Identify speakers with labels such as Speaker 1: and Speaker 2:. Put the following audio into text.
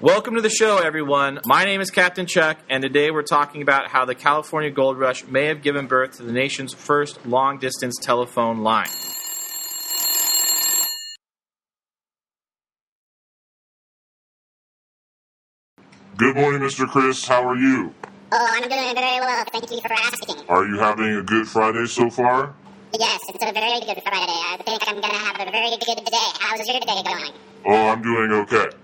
Speaker 1: Welcome to the show, everyone. My name is Captain Chuck, and today we're talking about how the California Gold Rush may have given birth to the nation's first long distance telephone line.
Speaker 2: Good morning, Mr. Chris. How are you?
Speaker 3: Oh, I'm doing very well. Thank you for asking.
Speaker 2: Are you having a good Friday so far?
Speaker 3: Yes, it's a uh, very good Friday. I think I'm going to have a very good day. How's your day going?
Speaker 2: Oh, I'm doing okay.